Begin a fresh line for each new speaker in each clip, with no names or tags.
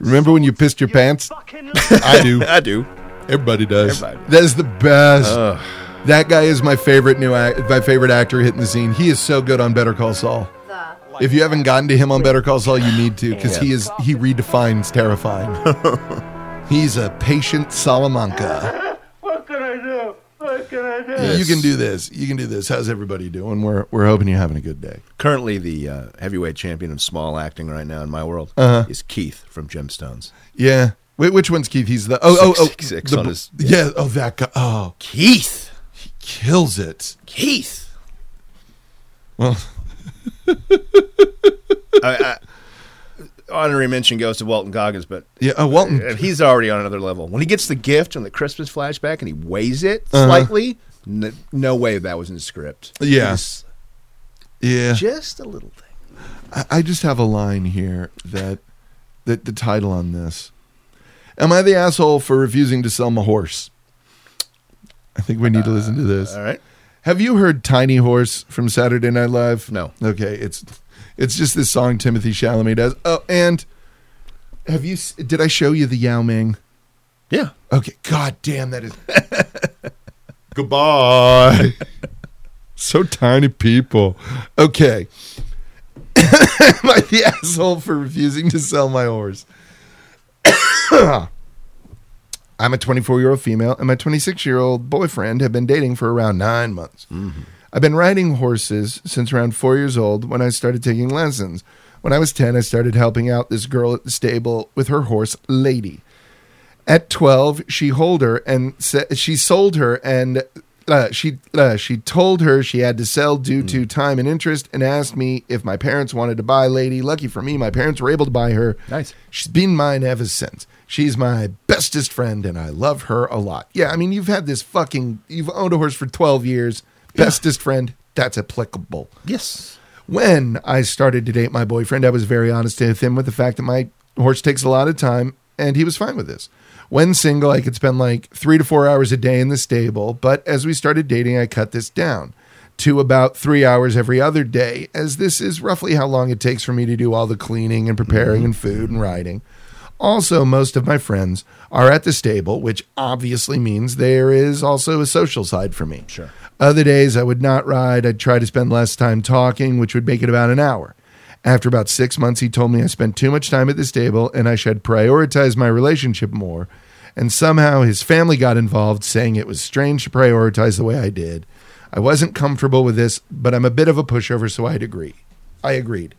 Remember when you pissed your pants? I do.
I do.
Everybody does.
Everybody
That is the best. That guy is my favorite new act, my favorite actor hitting the scene. He is so good on Better Call Saul. If you haven't gotten to him on Better Call Saul, you need to because he is he redefines terrifying. He's a patient Salamanca.
What can I do? What can I do?
You can do this. You can do this. How's everybody doing? We're we're hoping you're having a good day.
Currently, the uh, heavyweight champion of small acting right now in my world is Keith from Gemstones.
Yeah. Wait, which one's Keith? He's the oh oh oh
Six, six, six
the
on
bl-
his-
yeah. oh that guy oh
Keith,
kills it.
Keith.
Well,
I, I, honorary mention goes to Walton Goggins, but
yeah. Oh Walton.
and he's already on another level. When he gets the gift on the Christmas flashback and he weighs it slightly, n- no way that was in the script.
Yeah.
Just-
Yeah.
just a little thing.
I- I just have a line here that that the title on this. Am I the asshole for refusing to sell my horse? I think we need to listen to this.
All right.
Have you heard Tiny Horse from Saturday Night Live?
No.
Okay, it's it's just this song Timothy Chalamet does. Oh, and have you s- did I show you the Yao Ming?
Yeah.
Okay, god damn that is
Uh,
Goodbye. so tiny people. Okay. Am I the asshole for refusing to sell my horse? I'm a 24 year old female, and my 26 year old boyfriend have been dating for around nine months. I've been riding horses since around four years old when I started taking lessons. When I was 10, I started helping out this girl at the stable with her horse, Lady. At 12, she hold her and sa- she sold her and uh, she uh, she told her she had to sell due to time and interest and asked me if my parents wanted to buy Lady. Lucky for me, my parents were able to buy her.
Nice.
She's been mine ever since. She's my bestest friend and I love her a lot. Yeah, I mean, you've had this fucking, you've owned a horse for 12 years. Bestest friend, that's applicable.
Yes.
When I started to date my boyfriend, I was very honest with him with the fact that my horse takes a lot of time, and he was fine with this. When single, I could spend like three to four hours a day in the stable, but as we started dating, I cut this down to about three hours every other day, as this is roughly how long it takes for me to do all the cleaning and preparing and food and riding. Also, most of my friends are at the stable, which obviously means there is also a social side for me. Sure. Other days I would not ride. I'd try to spend less time talking, which would make it about an hour. After about six months, he told me I spent too much time at the stable and I should prioritize my relationship more. And somehow his family got involved, saying it was strange to prioritize the way I did. I wasn't comfortable with this, but I'm a bit of a pushover, so I'd agree. I agreed.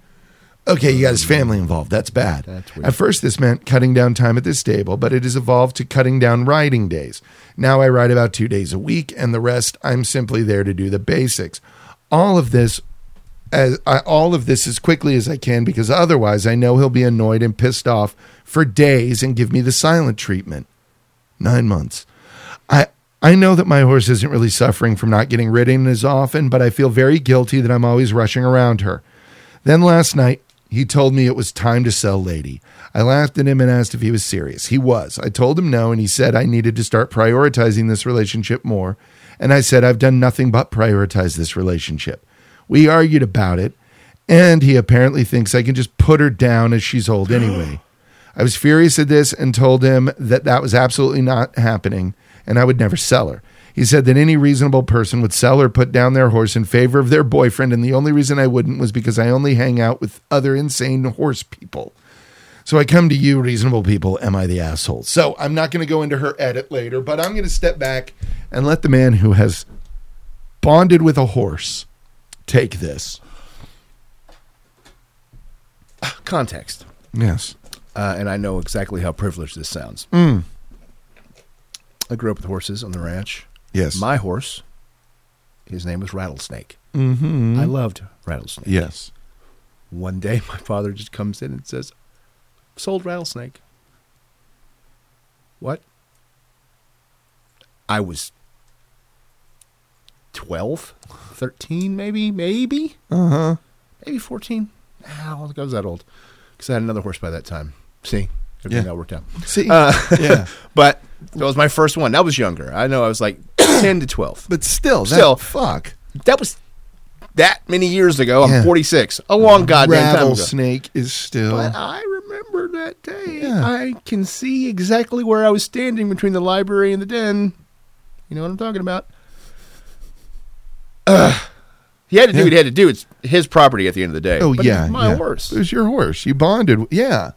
Okay, you got his family involved. That's bad.
That's weird.
At first, this meant cutting down time at this stable, but it has evolved to cutting down riding days. Now I ride about two days a week, and the rest I'm simply there to do the basics. All of this, as I, all of this as quickly as I can, because otherwise I know he'll be annoyed and pissed off for days and give me the silent treatment nine months. I I know that my horse isn't really suffering from not getting ridden as often, but I feel very guilty that I'm always rushing around her. Then last night, he told me it was time to sell Lady. I laughed at him and asked if he was serious. He was. I told him no, and he said I needed to start prioritizing this relationship more. And I said, I've done nothing but prioritize this relationship. We argued about it, and he apparently thinks I can just put her down as she's old anyway. I was furious at this and told him that that was absolutely not happening and I would never sell her. He said that any reasonable person would sell or put down their horse in favor of their boyfriend, and the only reason I wouldn't was because I only hang out with other insane horse people. So I come to you, reasonable people. Am I the asshole? So I'm not going to go into her edit later, but I'm going to step back and let the man who has bonded with a horse take this.
Context.
Yes.
Uh, and I know exactly how privileged this sounds. I grew up with horses on the ranch.
Yes.
My horse, his name was Rattlesnake.
Mm-hmm.
I loved Rattlesnake.
Yes.
One day, my father just comes in and says, Sold Rattlesnake. What? I was 12, 13, maybe, maybe,
Uh huh.
maybe 14. Nah, I don't think I was that old because I had another horse by that time. See, everything
Yeah.
all worked out.
See.
Uh,
yeah.
But that was my first one. That was younger. I know I was like 10 to 12.
But still, that,
Still.
fuck.
That was that many years ago.
Yeah. Mm-hmm.
I'm 46. A long goddamn time ago.
Rattlesnake is still.
But uh, I remember that day.
Yeah.
I can see exactly where I was standing between the library and the den. You know what I'm talking about? Ugh. he had to do
Yeah.
what he had to do. It's his property at the end of the day.
oh
But
yeah,
it's my
yeah.
horse.
It was your horse. You bonded. Yeah.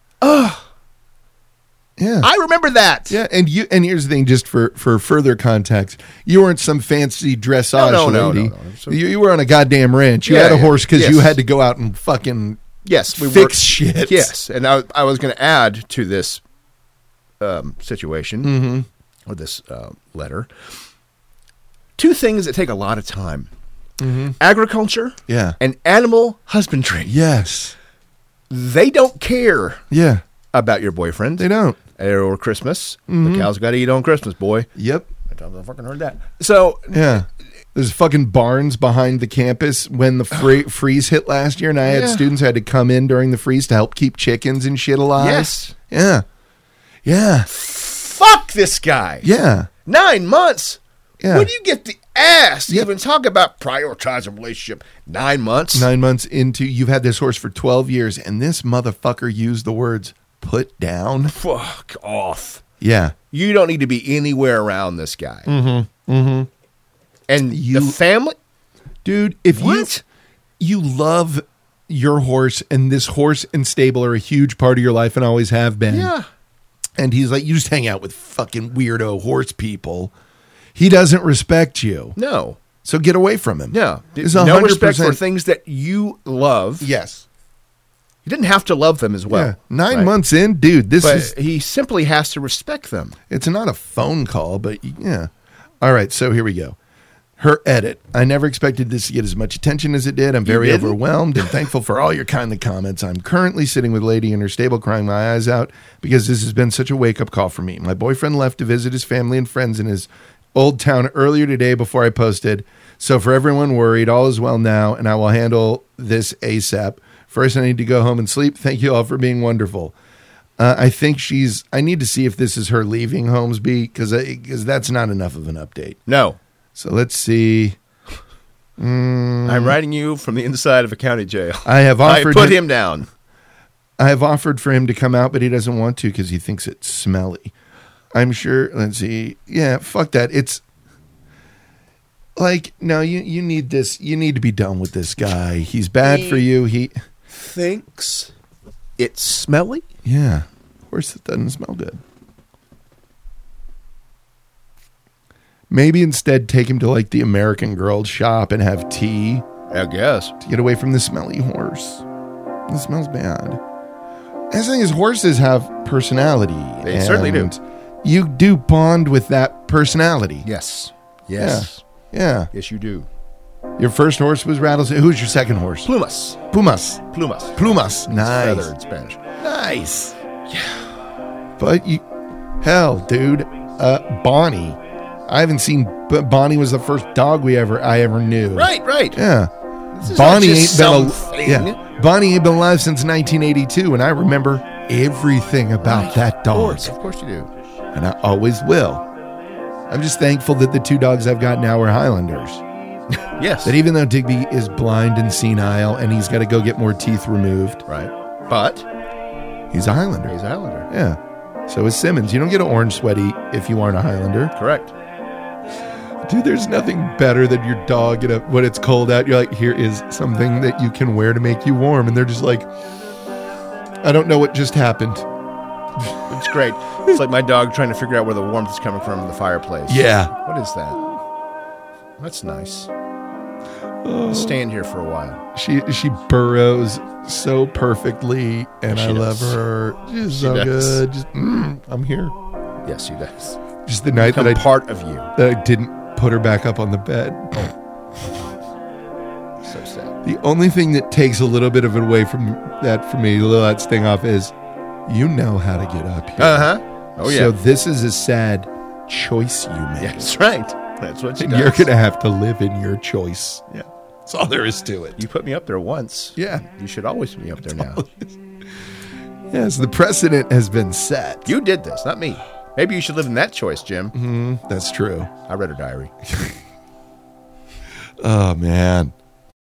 Yeah.
I remember that.
Yeah, and you and here's the thing, just for for further context, you weren't some fancy dressage
No, no, no,
lady.
no, no. So-
You, you were on a goddamn ranch. You
Yeah,
had a
yeah.
horse because you
Yes.
had to go out and fucking
Yes, we
fix
were,
shit.
Yes, and I, I was going to add to this um, situation
Mm-hmm.
or this uh, letter two things that take a lot of time: agriculture
Mm-hmm. Yeah.
and animal husbandry.
Yes.
They don't care
Yeah.
about your boyfriend
They don't. Mm-hmm.
or Christmas. The cows got to eat on Christmas, boy.
Yep.
I fucking heard that. So
Yeah. There's fucking barns behind the campus when the free, freeze hit last year, and I had
Yeah.
students who had to come in during the freeze to help keep chickens and shit alive.
yes,
Yeah. Yeah.
fuck this guy.
Yeah.
Nine months.
Yeah.
When do you get the ass to
Yep.
even talk about prioritize a relationship? Nine months.
nine months into you've had this horse for 12 years and this motherfucker used the words put down
Fuck off.
yeah
You don't need to be anywhere around this guy. Mm-hmm. Mm-hmm. And
You-
the family.
dude if you
What?
you love your horse and this horse and stable are a huge part of your life and always have been
Yeah.
and he's like you just hang out with fucking weirdo horse people he doesn't respect you
No.
so get away from him
No.
It's
no respect
100%
for things that you love.
yes
You didn't have to love them as well.
yeah nine
Right.
months in dude this
But
is
he simply has to respect them.
It's not a phone call, but yeah. All right, so here we go. Her edit. I never expected this to get as much attention as it did. I'm very
didn't?
overwhelmed and thankful for all your kindly comments. I'm currently sitting with Lady in her stable crying my eyes out because this has been such a wake up call for me. My boyfriend left to visit his family and friends in his old town earlier today before I posted. So, for everyone worried, all is well now, and I will handle this ASAP. First, I need to go home and sleep. Thank you all for being wonderful. Uh, I think she's. I need to see if this is her leaving Holmesby because because that's not enough of an update.
No.
So let's see.
I'm writing you from the inside of a county jail.
I have Mm.
I
offered.
put him down.
I have offered for him to come out, but he doesn't want to because he thinks it's smelly. I'm sure. Let's see. Yeah, fuck that. It's like no. You you need this. You need to be done with this guy. He's bad for you. He
Thinks it's smelly.
yeah. Horse that doesn't smell good. Maybe instead take him to like the American Girl shop and have tea.
I guess.
to get away from the smelly horse. It smells bad. That's the thing is, horses have personality.
They certainly do.
and You do bond with that personality.
Yes.
Yeah.
Yes, you do.
Your first horse was Rattlesnake. Who's your second horse?
Plumas.
Pumas.
Plumas.
Plumas. Nice.
Feather in Spanish.
Nice. Yeah. But you, hell, dude, uh, Bonnie. I haven't seen, but Bonnie was the first dog we ever I ever knew.
Right, right.
Yeah.
This is
Bonnie
not
ain't
just
been al-
something.
yeah. Bonnie ain't been alive since 1982, and I remember everything about that
Of
dog,
course, of course you do.
and I always will. I'm just thankful that the two dogs I've got now are Highlanders.
Yes.
That even though Digby is blind and senile, and he's got to go get more teeth removed,
right. But
he's a Highlander.
he's a Highlander.
Yeah. So is Simmons. You don't get an orange sweaty if you aren't a Highlander.
Correct.
Dude, there's nothing better than your dog in a, when it's cold out. You're like, here is something that you can wear to make you warm. And they're just like, I don't know what just happened.
It's great. It's like my dog trying to figure out where the warmth is coming from in the fireplace.
Yeah.
What is that? That's nice. Let's stand here for a while.
She she burrows so perfectly, and
She
I
does.
love her. She's so
does.
good. Just, mm, I'm here.
Yes, he does.
Just the night that
Become
I,
part of you.
that I didn't put her back up on the bed.
So sad.
The only thing that takes a little bit of it away from that for me, a little that sting off, is you know how to get up here.
Uh huh. Oh
Uh-huh.
yeah.
So this is a sad choice you make.
That's right. That's what she
And
does.
you're going to have to live in your choice.
Yeah.
That's all there is to it.
You put me up there once.
Yeah.
You should always be up there now.
Yes, the precedent has been set.
You did this, not me. Maybe you should live in that choice, Jim.
That's true.
I read her diary.
Oh, man.